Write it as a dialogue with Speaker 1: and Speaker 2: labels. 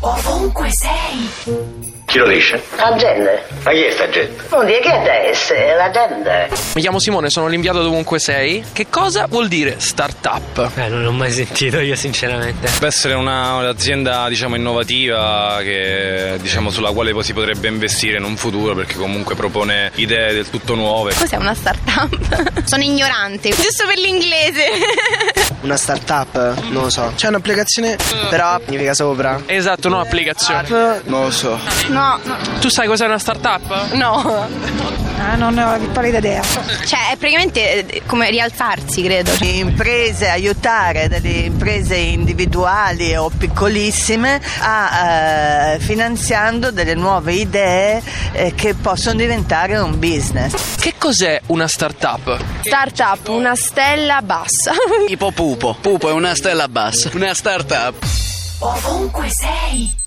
Speaker 1: Ovunque sei.
Speaker 2: Chi lo dice?
Speaker 3: Agende.
Speaker 2: Ma chi è sta gente?
Speaker 3: Non dire che è esse, è l'agenda.
Speaker 4: Mi chiamo Simone, sono l'inviato dovunque sei. Che cosa vuol dire startup?
Speaker 5: Eh, non l'ho mai sentito io sinceramente.
Speaker 6: Deve essere una- un'azienda diciamo innovativa che, diciamo, sulla quale poi si potrebbe investire in un futuro perché comunque propone idee del tutto nuove.
Speaker 7: Cos'è una startup? Sono ignorante, giusto per l'inglese.
Speaker 8: Una startup? Non lo so. C'è un'applicazione, però significa sopra.
Speaker 4: Esatto, no applicazione.
Speaker 8: Non lo so.
Speaker 7: No, no,
Speaker 4: Tu sai cos'è una startup?
Speaker 7: no.
Speaker 9: Ah, non ho la pallida idea.
Speaker 7: Cioè, è praticamente eh, come rialzarsi, credo. Cioè,
Speaker 3: Imprese, aiutare delle imprese individuali o piccolissime a, eh, finanziando delle nuove idee eh, che possono diventare un business.
Speaker 4: Che cos'è una startup?
Speaker 7: Startup, una stella bassa.
Speaker 10: Tipo Pupo. Pupo è una stella bassa. Una startup.
Speaker 1: Ovunque sei.